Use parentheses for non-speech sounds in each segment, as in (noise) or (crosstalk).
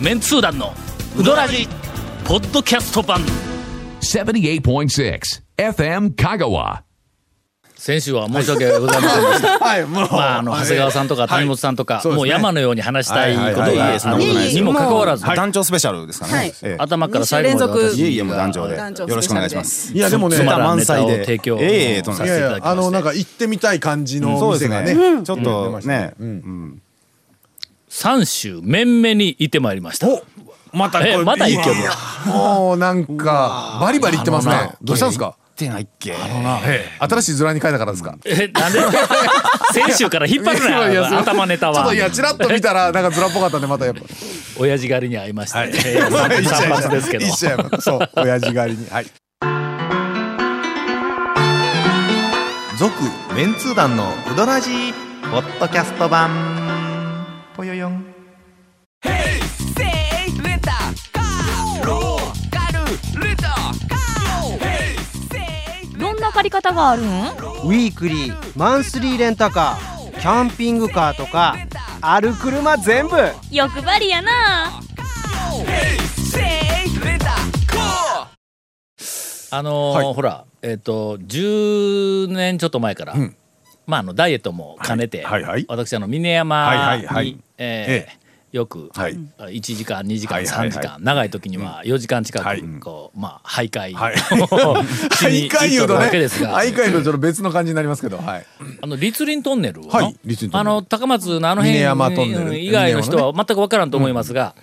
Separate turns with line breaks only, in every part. メンツー団のウドラジポッドキャスト版
78.6 FM Kagawa.
先週は申し訳ございませんで (laughs) した
はい、もう、
まあ、あの長谷川さんとか谷本さんとか、
はいそうです
も
ね
う山のように話したいこと
はいはい
が
はいはい
あの
いえいえ
にもかかわらず、
団長スペシャルですからね。
はい
ええ
頭から最後まで
二
私
週連続
いえいえもう団長で
団長スペシャルで
よろしくお願いします。
いや、でもね、
つ
い
まらん
満
ネタ
載
を
で
提供
ええとん
さ
で
せ
も
て
や
い
い
ただ
や
き、まし
あの、なん
て
か行ってみたい感じの
そう
店
です
が
ね
ね。。
ちょっとね、
3週面々にいてまいりました
また
えまた行ける
もう、なんか、バリバリ行ってますね。どうしたんですか。
ってないっけ。
新しいズラに変えたからですか。
えなんで (laughs) 先週から引っ張る
いやいやそ
な
う
頭ネタ
ちょっ
は
と、いや、ちらっと見たら、なんかズラっぽかったんで、またやっぱ。
親父狩りに会いまして、えー散髪散髪ですけど
一緒やからそう、親父狩りに。はい。
続メンツー団のウドラジーポッドキャスト版ぽよよん
どんな借り方があるん
ウィークリーマンスリーレンタカーキャンピングカーとかある車全部
欲張りやな
あのーほらえっ、と10年ちょっと前から、まああのダイエットも兼ねて、
はいはいはい
私あの峰山に、
はいはいはい
えーよく、
はい
1時間2時間、
はいはいはい
3時間長い時には4時間近く、
はい
こうまあ徘徊
はい
をしに
徘
行
徊言
っとる
うと
わ
ね、
けですが、
徘徊のちょっと別の感じになりますけど、はい。
あの立林トンネルをの、
はい栗林トンネル
あの高松のあの辺
峰山トンネル
以外の人は全く分からんと思いますが、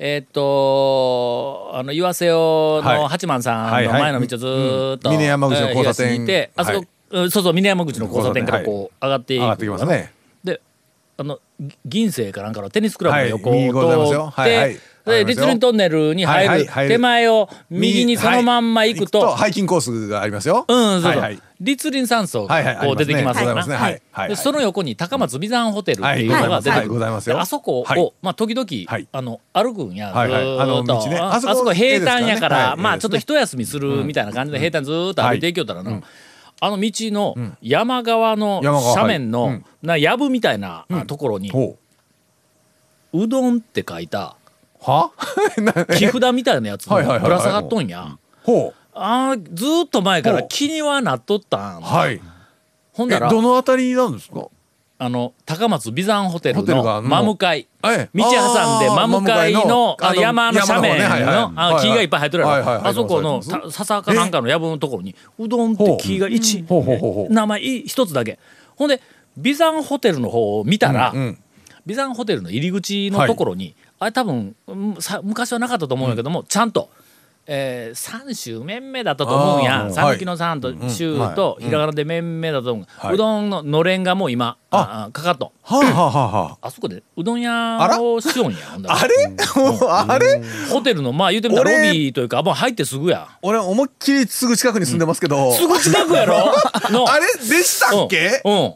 えーっとあの岩瀬尾
は
の
い
八幡さ
は
ん
い
の
はい
前の道をずーっと、
うん峰山口の交差点
えー東に行ってあそこ、
はい
うんそうそう峰山口の交差点からこう上がってい
上
く
がってきますね。
であのぎ銀星かなんかのテニスクラブの横
はい右ございます
を
よ
通っ
はいはい
てで立林トンネルに
はいは
入
い
る
入る
手前を右にそのまんま行くと。
はいハイキングコースがありますよ。
うん、そうそう、
はいはい
立林山荘
はいはい
がこう出てきます
あり
か
ま
ら
すねはいはいはい
でその横に高松美山ホテルっていう
はい
のが出てく
はい
る、
ございますよ
であそこを、
はい
まあ、時々、
はい
あの歩くんやず
はいはいあ
ーっと、
の道ね
ああ
あ
そ
そ
こ
こ
平坦やから、
絵ですからねはい
ま
絵
あ
ですね
ちょっと一休みするみたいな感じで平坦ずーっと歩いていきよったらな、あの道の山側の
山側はい
斜面の、
うん
なやぶみたいなあところに、
ほ
うどんって書いた
う。は (laughs) な
木札みたいなやつも
はいはいはいはい
ぶら下がっとんや。
ほう。
あーずーっと前から
ほう
気にはなっとったん
はい。
ほん
え
だら
どのあたりなんですか
あの高松美山ホテル
ホテルが
の
あんの
真向かい
ええ
道挟んで
あー
真向かいのあ
真向かいのあ
の
の
山の斜面の
山の方ねはいはい
あの木がいっぱい生えてる
はいはい
や
はい
ろ
はい
あそこの
そう
た笹かなんかの藪のところにうどんって木が一
ほうほうほうほう
名前い一つだけほんで美山ホテルの方を見たら
ん
美山ホテルの入り口のところにあれ多分うんさ昔はなかったと思うんだけどもちゃんと。えー、三州面々だったと思うん
あ
や
ー
三木の三と州とひらがなで面々だと思う、うどんののれんがもう今ああかかっとん
はあはあはあは
あそこでうどん屋をしようんや。ほんだら
あ。あれもうあれ
ホテルのまあ言うてみたらロ
俺
ビーというか、もう入ってすぐや。
俺思いっきりすぐ近くに住んでますけど。
すぐ近くやろ (laughs) の
あれでしたっけ
うん。うん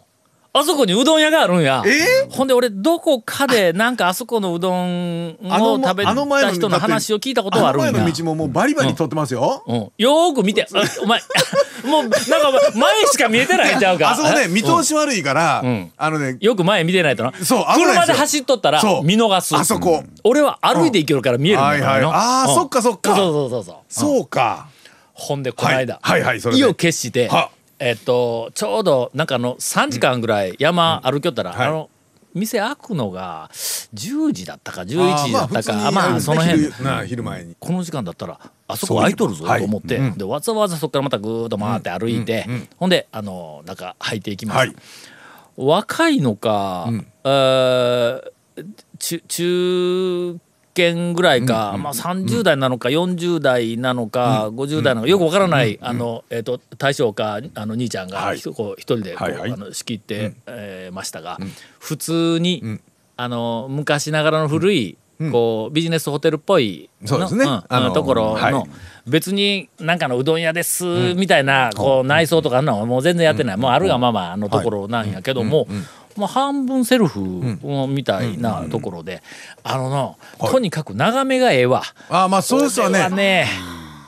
あそこにうどん屋があるんや。
え
ほんで俺どこかでなんかあそこのうどんを
あの
食べ
あの前
た
の
人の話を聞いたことはあ
あ
る
の
んや。
前の道ももうバリバリ通ってますよ。
うん、よーく見て、あお前、 (laughs) もうなんかお前前しか見えてないんちゃうか。
あそこね、見通し悪いから
ん、
あのね、
よく前見てないとな。
そう危ないですよ
車で走っとったら
そう
見逃す。
あそこ
俺は歩いていけるから見えるんだよ
はいはいあー
うん
そっかそっか
そうそうそうそう。
そうか。
ほんでこの間、
はいはいはいそれで
意を決して
は
えっとちょうどなんかあの3時間ぐらい山歩きよったら、
い
あの店開くのが10時だったか11時だったか
あ
まあ、
ーまあ普通
そ
に
の
あれですね
辺
昼な昼前に。
この時間だったらあそこ空いとるぞ
そういう
と思って、
はい
でわざわざそこからまたぐーっと回って歩いて、ほんであのなんか入っていきました、
はい
若いのか、えー中中堅ぐらいか、まあ、30代なのか40代なのか、50代なのかよくわからない、あのえー、と大将かあの兄ちゃんが
はい
ひとこう一人でこう、
はいはい
あの仕切って、えーましたが、普通に、あの昔ながらの古い、こうビジネスホテルっぽい
そうですね
のん
あの
ところの、
はい
別になんかのうどん屋ですみたいな、こう内装とかあんなのはもう全然やってない、もうあるがままあのところなんやけども、まあ、半分セルフみたいなところで、あのなとにかく眺めがええわ。
あーまあそうですよ
これ
ね
は。ね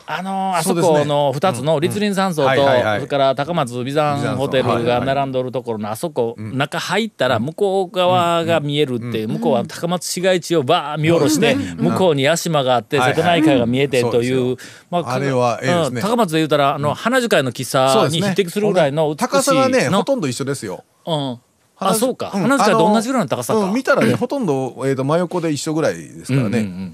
あのあそ
そ
う
ですね
この2つの栗林山荘と、
はいはいはい
それから高松美山ホテルが並んどるところのあそこ、中入ったら向こう側が見えるって、向こうは高松市街地をバー見下ろして、向こうに屋島があって、
はいはい
瀬戸内海が見えてという,、
うん
ま
あれはええですね
高松で言うたらあの花樹海の喫茶に匹敵するぐらいの美しい
高さがね
の
ほとんど一緒ですよ
うん、あ
花
そうか、
ん
花樹海と同じぐらいの高さか、
あうん見たらねほとんど、えー、と真横で一緒ぐらいですからね、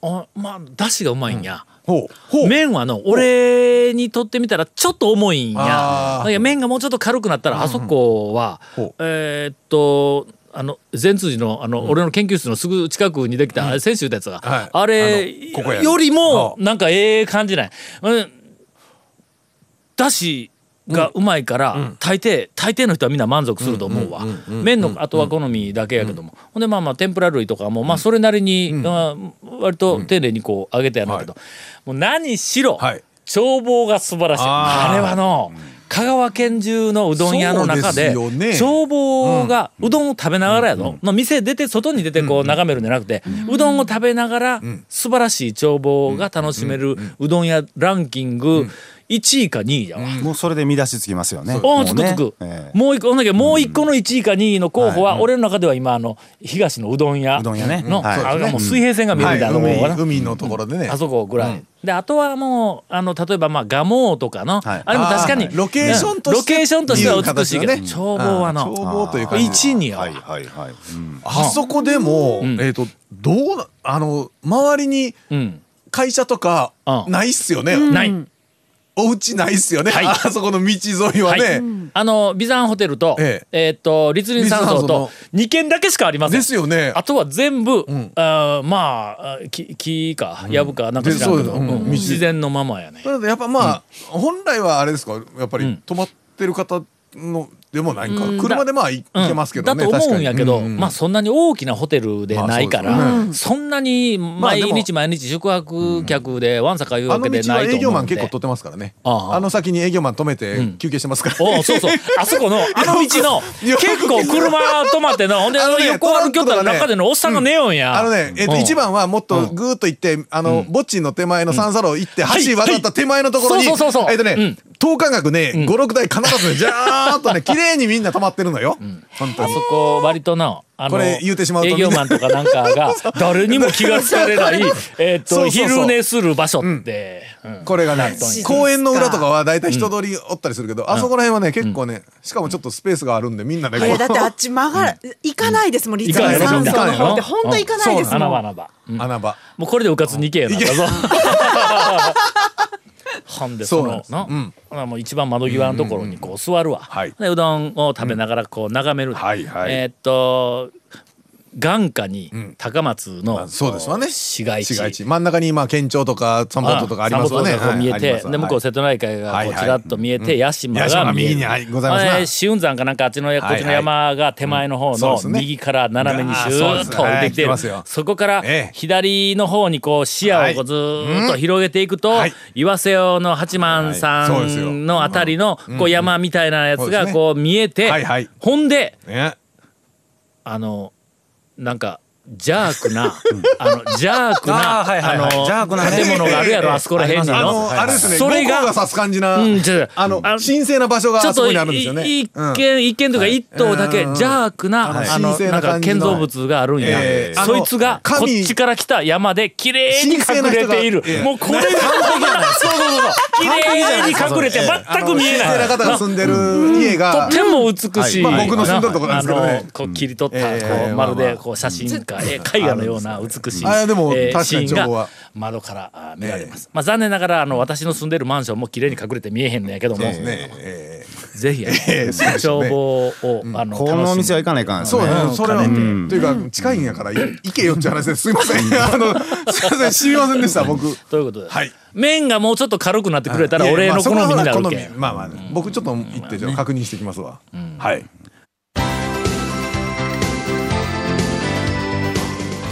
あまあだしがうまいんや、
ほうほう
麺はの俺にとってみたらちょっと重いん
あ
や
ー
いや麺がもうちょっと軽くなったらあそこは、
ほう
えーっとあの善通寺のあの、俺の研究室のすぐ近くにできた、先週のやつが、
はい
あれ
あのここや
よりも
は
なんかええ感じない。うんだしがうまいから、大抵大抵の人はみんな満足すると思うわ、麺のあとは好みだけやけども、ほんでまあまあ天ぷら類とかもまあそれなりに、あ割と丁寧にこう揚げてやるんだけど、もう何しろ、
はい
眺望が素晴らしいあ
あー
れはの香川県中のうどん屋の中で
そうですよね
眺望がうどんを食べながらやぞ、まあ、店出て外に出てこう眺めるんじゃなくて、うどんを食べながら素晴らしい眺望が楽しめるうどん屋ランキング1位か2位やわ。
もうそれで見出しつきますよね。
お
も
ー
う
つく
ね
つく、
ええ
もう一個ほんだけどもう一個の1位か2位の候補は俺の中では今あの東のうどん屋
うどん屋ね
の
はい
あれがもう水平線が見える
は
みたいなとこ
い、
ろかな
海海のところでね、
あそこぐらい、であとはもうあの例えばまあ蒲生とかの、
はい
あれも確かに
あーロケーションとして
うんロケーションとしては美しいけど
っていう形
眺望は
眺
の
望というか
一には、
はいはいはい。うん
あそこでも、
ん
えっ、とどうなあの周りに
うん、
会社とか
うん
ないっすよね、
ない、
お家ないっすよね、
はい
あそこの道沿いは
はい
ね、
あのビザンホテルとえ
え
ーっと立林山荘
栗林山荘
と
の
2軒だけしかありません
ですよね
あとは全部、
ん
あーまああ木木かやぶかなんか知らんけど、
でそうですうん
うん自然のままやね
なのでやっぱまあ、本来はあれですかやっぱ
うん
り止まってる方のでもないんか、
うん
車でまあい
うん
行けますけどね、
だと
確
思
か
うん
に
やけど、
うんうん
まあそんなに大きなホテルでないから、
まあそう
そんなに毎
まあで
日
も
毎日宿泊客でわんさか言う
あ
わ
の
けで
道
な
はい
と
営業
思
マ
うん
ン
で
結構取ってますからね
ああ
あの先に営業マン止めて
ん
休憩してますから、
おうそうそうあそこのあの道の
(laughs) よく
結構車止まってのほんで
あのね
横歩きよったら中でのおっさんが寝ようんや、
あのね、えっと
うん
1番はもっとぐーっと行って、あの、墓地の手前の三皿を行って、橋渡った手前のところに、
はいはいそうそうそうそう
えっとね、
うん
等間隔ね、5、6台必ずね、じゃーっと
(laughs)
ね、綺麗にみんな止まってるのよ。本当
あ
に。
そこ割となあの
これ言うてしまうと
営
みんな
業マンとかなんか
(laughs)
が誰にも気がつかれないえっ
そ
と
うそうそう
昼寝する場所って、うん
これがね
そうです、か
公園の裏とかは大体人通りおったりするけど、あそこら辺はね、結構ね、しかもちょっとスペースがあるんで、みんなね、
あれだってあ
こ
っち曲がら、行かないですもん、立
行かない
山
でしょ
山
みんな
荘の方って、
うん
本当行かないです
穴場
も
穴
ん。
場
う (laughs) 穴場。
もうこれでうかつに行けよな。
(laughs)
だぞ。ほんでそ
そうなん
の
です
な、
うん
ほなもう一番窓際のところにこう座るわ、
はい
でうどんを食べながらこう眺める、
はいはい
えーっと眼下に
ん
高松の、
まあそうですわね。
市街地
市街地。真ん中に、まあ、県庁とか、三本とかありますわね。
三本塔がこう見えて、
はいありますわ
で向こう瀬戸内海がこうちらっと見えて、屋島
屋島
が
が
見え
右
る
にはいございますな
えー紫雲山かなんかあっちのこっちの山が手前の方
そう
の
ですね
右から斜めにシューッと降りてきて
う
る
わーそうですねはい来てますよ
そこから
ええ
左の方にこう視野をこうずーっと広げていくと、
はい
岩瀬尾の八幡さ
はいそうですよ
んのあたりのこう山みたいなやつ
そうです
が
ね
こう見えて、
はいはい
ほんで
ね
あのなんかジャークな、あのジャークな
あーはいはいはいジャークな
の
ね
建物があるや
(laughs)
ろあそこら辺に
あ
の
の、あれですね、
それが
五光が指す感じな。
うんちょっと
あの、神聖な場所が
ちょっ
あそ
と
こ
い
にあるんですよね。
い一
(laughs) うん
軒一軒というか一棟だけ
うん
ジャークな
はい
あの
神聖
な
なん
か
感じ
建
の
造物があるんや
ええ
そいつが
あの
こ
神
っちから来た山で綺麗に隠れている
神聖な人がええ
もうこ
(laughs)
れがそうそうそうそう綺麗に隠れて (laughs) 全く見え
神聖
な
ない方が住んでる家
とっ
が、
ても美しい、
はいまあ僕の住んどるとこなんですけどね
あのこう切り取った、
うん
こ
え
う
え
まるでこう写真か、え絵画のような美しい、
あれでも
えー
確かに
シーン
情報
が
は
窓からあ見られます、まあ残念ながらあの私の住んでるマンションも綺麗に隠れて見えへんのやけども、
ねえ
ぜひ、
えそうですね
眺望を、あの
このお店は
楽し
行かないかん
そう
ね。
ね、それは、と
兼ねて
いうか、近いんやから、い行けよって話です。すいません。あの、すいません、知りませんでした、僕。
むということで、
はい
麺がもうちょっと軽くなってくれたら
いや
俺の好みになる
まあそこは好
け
み
ん、
まあまあ、僕ちょっと行って、ちょっと確認してきますわ。はい。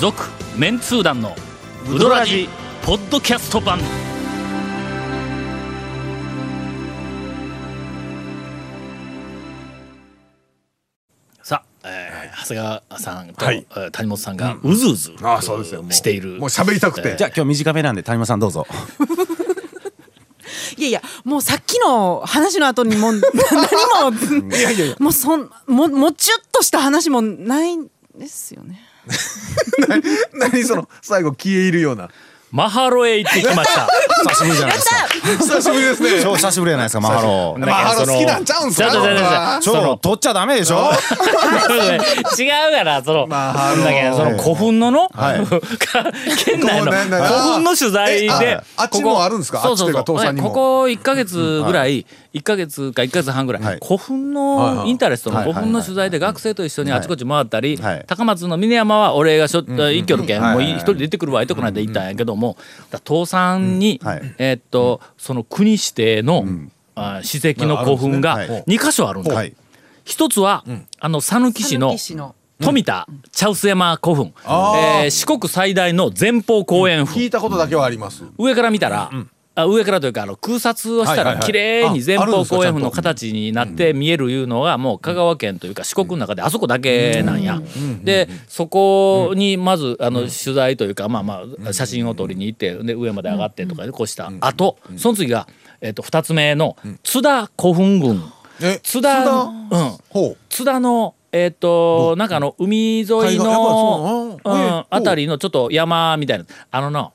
続メンツー団のウドラジポッドキャスト版さあ、えー長谷川さんと、
はい
えー谷本さんがうずうず
あそうですよもう
している
もう喋りたくて
えー (laughs)
じゃあ今日短めなんで谷間さんどうぞ。
いやいやもうさっきの話の後にもう (laughs) 何ももうそんももうちゅっとした話もないんですよね
(laughs) 何その最後消え入るよ
(laughs)
うな
マハロへ行ってきま
(laughs)
した。
久しぶりじゃないですか
久しぶりですね
超久しぶりじゃないですかマハロ
マハロ好きなんちゃうんすか
ちょっとちょっとちょっと
超取っちゃダメでしょ
(laughs) 違うからその、
まああの
だけどその古墳のの、 (laughs) 県内の
こうねね
古墳の取材
え
で
ああっちもあるんですか
そうそうそう
あっちというか父さんにも
ここ1か月ぐらい、1か月か1か月半ぐらい、
はい
古墳のインタレストの
はいは
古
いはい
墳の取材で学生と一緒にあちこち回ったり、
はい
高松の峰山は俺がしょ、一挙の件、
はい
もう
はい
一人で行ってくるわ行ってこないで行ったんやけどもだから倒産に、
うんはい
えーっとその国指定の、あ史跡の古墳が
あるんですねはい
2箇所あるんだ。
はい
一つは、あの讃岐市の
讃岐市の
富田茶臼山古墳、えー四国最大の前方後円墳、
聞いたことだけはあります
上から見たら、あ上からというかあの空撮をした
はいはい
ら
はい
綺麗に前
ああるん
方
ですか
後円墳
ちゃ
の
んと
形になって見えるいうのがもう香川県というか四国の中であそこだけなんや。でそこにまずあの取材というかまあまあ写真を撮りに行ってで上まで上がってとかでこうしたあとその次が、えっと2つ目の津田古墳群。
え
津田
津田
うん
ほう
津田のえっ、となんかあの海沿い
海岸や
の
っぱそううなん
ん
え
あたりのちょっと山みたいなあのな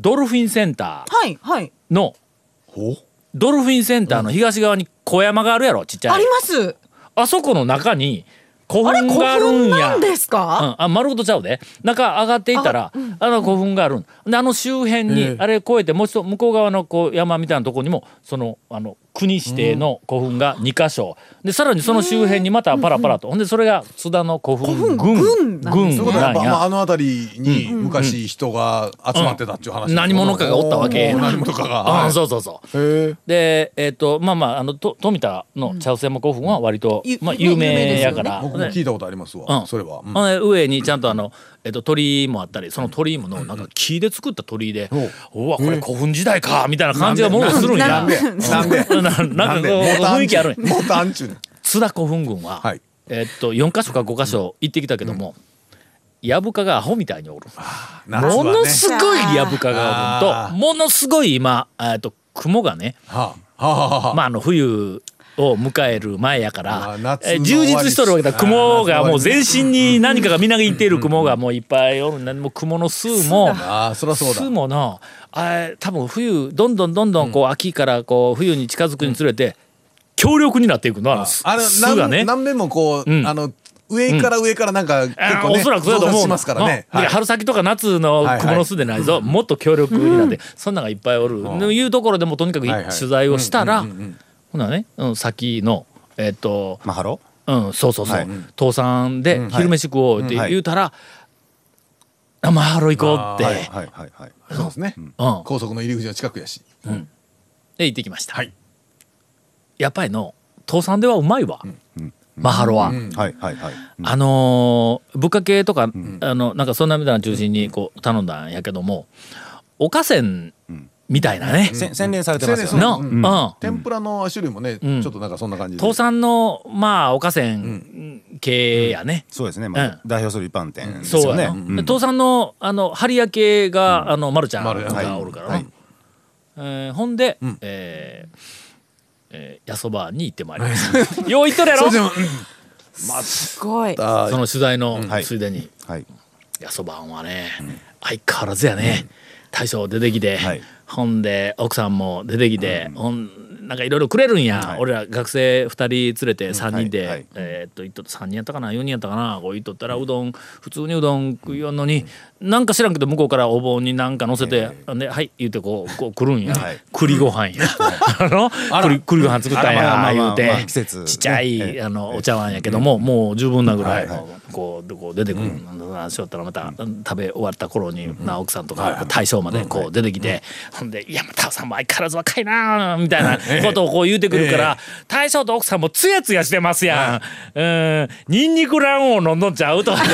ドルフィンセンター
はいはい
の
ほう
ドルフィンセンターの東側に小山があるやろちっちゃ
あ
い
ります
あそこの中に古
あれ
墳
古
がある
墳
ん
な
や
んです
う
か、
ん、あ丸ごとちゃうで中上がっていったらあ,、の古墳があるんであの周辺に、あれ越えてもう一度向こう側のこう山みたいなとこにもそのあの国指定の古墳が2箇所、でさらにその周辺にまたパラパラと、ほんでそれが津田の古墳群
古墳群なんです
という
群
ことはや
な
っ
ん
ぱ、まあ、
や
あの辺りに昔人が集まってたっていう話、
うん何者かがおったわけ
おー何者かが、
うん、
はい
そうそうそう
へえ
でえっ、とまあまああのと富田の茶臼山古墳は割と、
ゆ
まあ、
ね
有名やから、
僕も聞いたことありますわ、
うん
それは、うん
ほんで上にちゃんとあの、えっと、鳥居もあったりその鳥居ものなんか木で作った鳥居で「うわこれ古墳時代か」みたいな感じがものするんや
なんで
うん
なん
(laughs)
で
ななんかこう雰囲気あるんや
もたんちゅうねん
津田古墳群は、
はい
えっと4か所か5か所行ってきたけども、やぶかがアホみたいにおる、
夏は
も
ね
のすごいやぶかがおる
あ
んとものすごい今えっと雲がね
はあ、はあはあはあ
まあ、あの冬を迎える前やか
ま
ら
あ、夏の
えー充実しとるわけだ
終わり
雲がもう
あー夏の終
全身に何かがみなぎっている (laughs) 雲がもういっぱいおるんだもう雲の巣も
あ (laughs) ーそらそうだ
巣ものあー多分冬どんどんどんどんこう秋からこう冬に近づくにつれて強力になっていくのあの巣
あれ
巣が
何,、
ね。
何遍もこう、
うん
あの上から上からなんか結
あ
構
ー
ね、
おそらくそうだと思
増
う
加しますからね、
うんで
はい
春先とか夏の雲の巣でないぞ、もっと強力になって、そんなんがいっぱいおる、というところでもうとにかくい
はいはい
取材をしたら、ほなね、うん、先のえっ、と
マハロ
うん、そうそうそう、
はい
倒産で昼飯食おうって
はい
言うたら、あマハロ行こうって、
はいはいはいはい
そうですね、
うん、
高速の入り口の近くやし
で行ってきました、やっぱりの倒産ではうまいわ、マハロは、
はいはいはいうん
あのーぶっかけとか、あのなんかそんなみたいな中心にこう頼んだんやけどもおかせんみたいなね、
せ洗練されてますよ
洗練
ね
の、
う
うんん
天ぷらの種類もね、ちょっとなんかそんな感じで
倒産のまあおかせん系やね、
そうですねま
うん
あ代表する一般店です
そう
よ
や
ね
な、で父さんのあの針焼けが、あのまるちゃん
まるちゃん
がおるからな、
はい
えーほんで、えーえー、やそばに行ってまいりま (laughs) した。よう言っとるやろ
それで
そ
もうん
すごい
あー
の取材の
はい
ついでに、
はい
やそばんはね、相変わらずやね、大将出てきて、
はい
ほんで奥さんも出てきて、ほんなんかいろいろくれるんや、
はい
俺ら学生2人連れて3人で、
はいはい
えーっと行っと3人やったかな4人やったかなこう行っとったらうどん普通にうどん食いよんのに、なんか知らんけど向こうからお盆になんか乗せて「ではい」言うてこうこう来るんや、
はい
栗ご飯や (laughs) あの栗栗ご飯作ったん
あらま
や
あまあま
言
あ
うて、
まあ季節ね
ちっちゃい、
ええ
あのお茶碗やけども、もう十分なぐらい、
はいは
こうこう出てくる、なん、しよったらまた、食べ終わった頃に、な奥さんとか大将までこう出てきて、ほんで「いやまたさんも相変わらず若いな」みたいなことをこう言うてくるから、大将と奥さんもツヤツヤしてますやん。うんニンニク卵黄飲んどんちゃうと (laughs) かね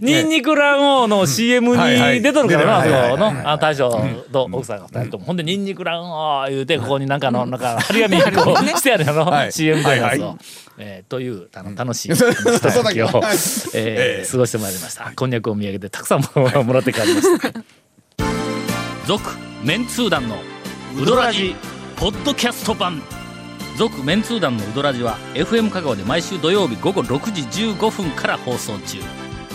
ニンニク卵黄の CM に出とるからな
はいはい
そうのあ大将と奥さんが2人ともほんでニンニク卵黄言うてここになんかのなんか張り紙こうしてやるやろ
はい
CM みたいなやつ
はい
を。えーというあの楽しいひとときを
はい
えー過ごしてまいりました。こんにゃくを見上げてたくさんももらって帰りました。続メンツー団のウドラジポッドキャスト版続メンツー団のウドラジは FM 香川で毎週土曜日午後6時15分から放送中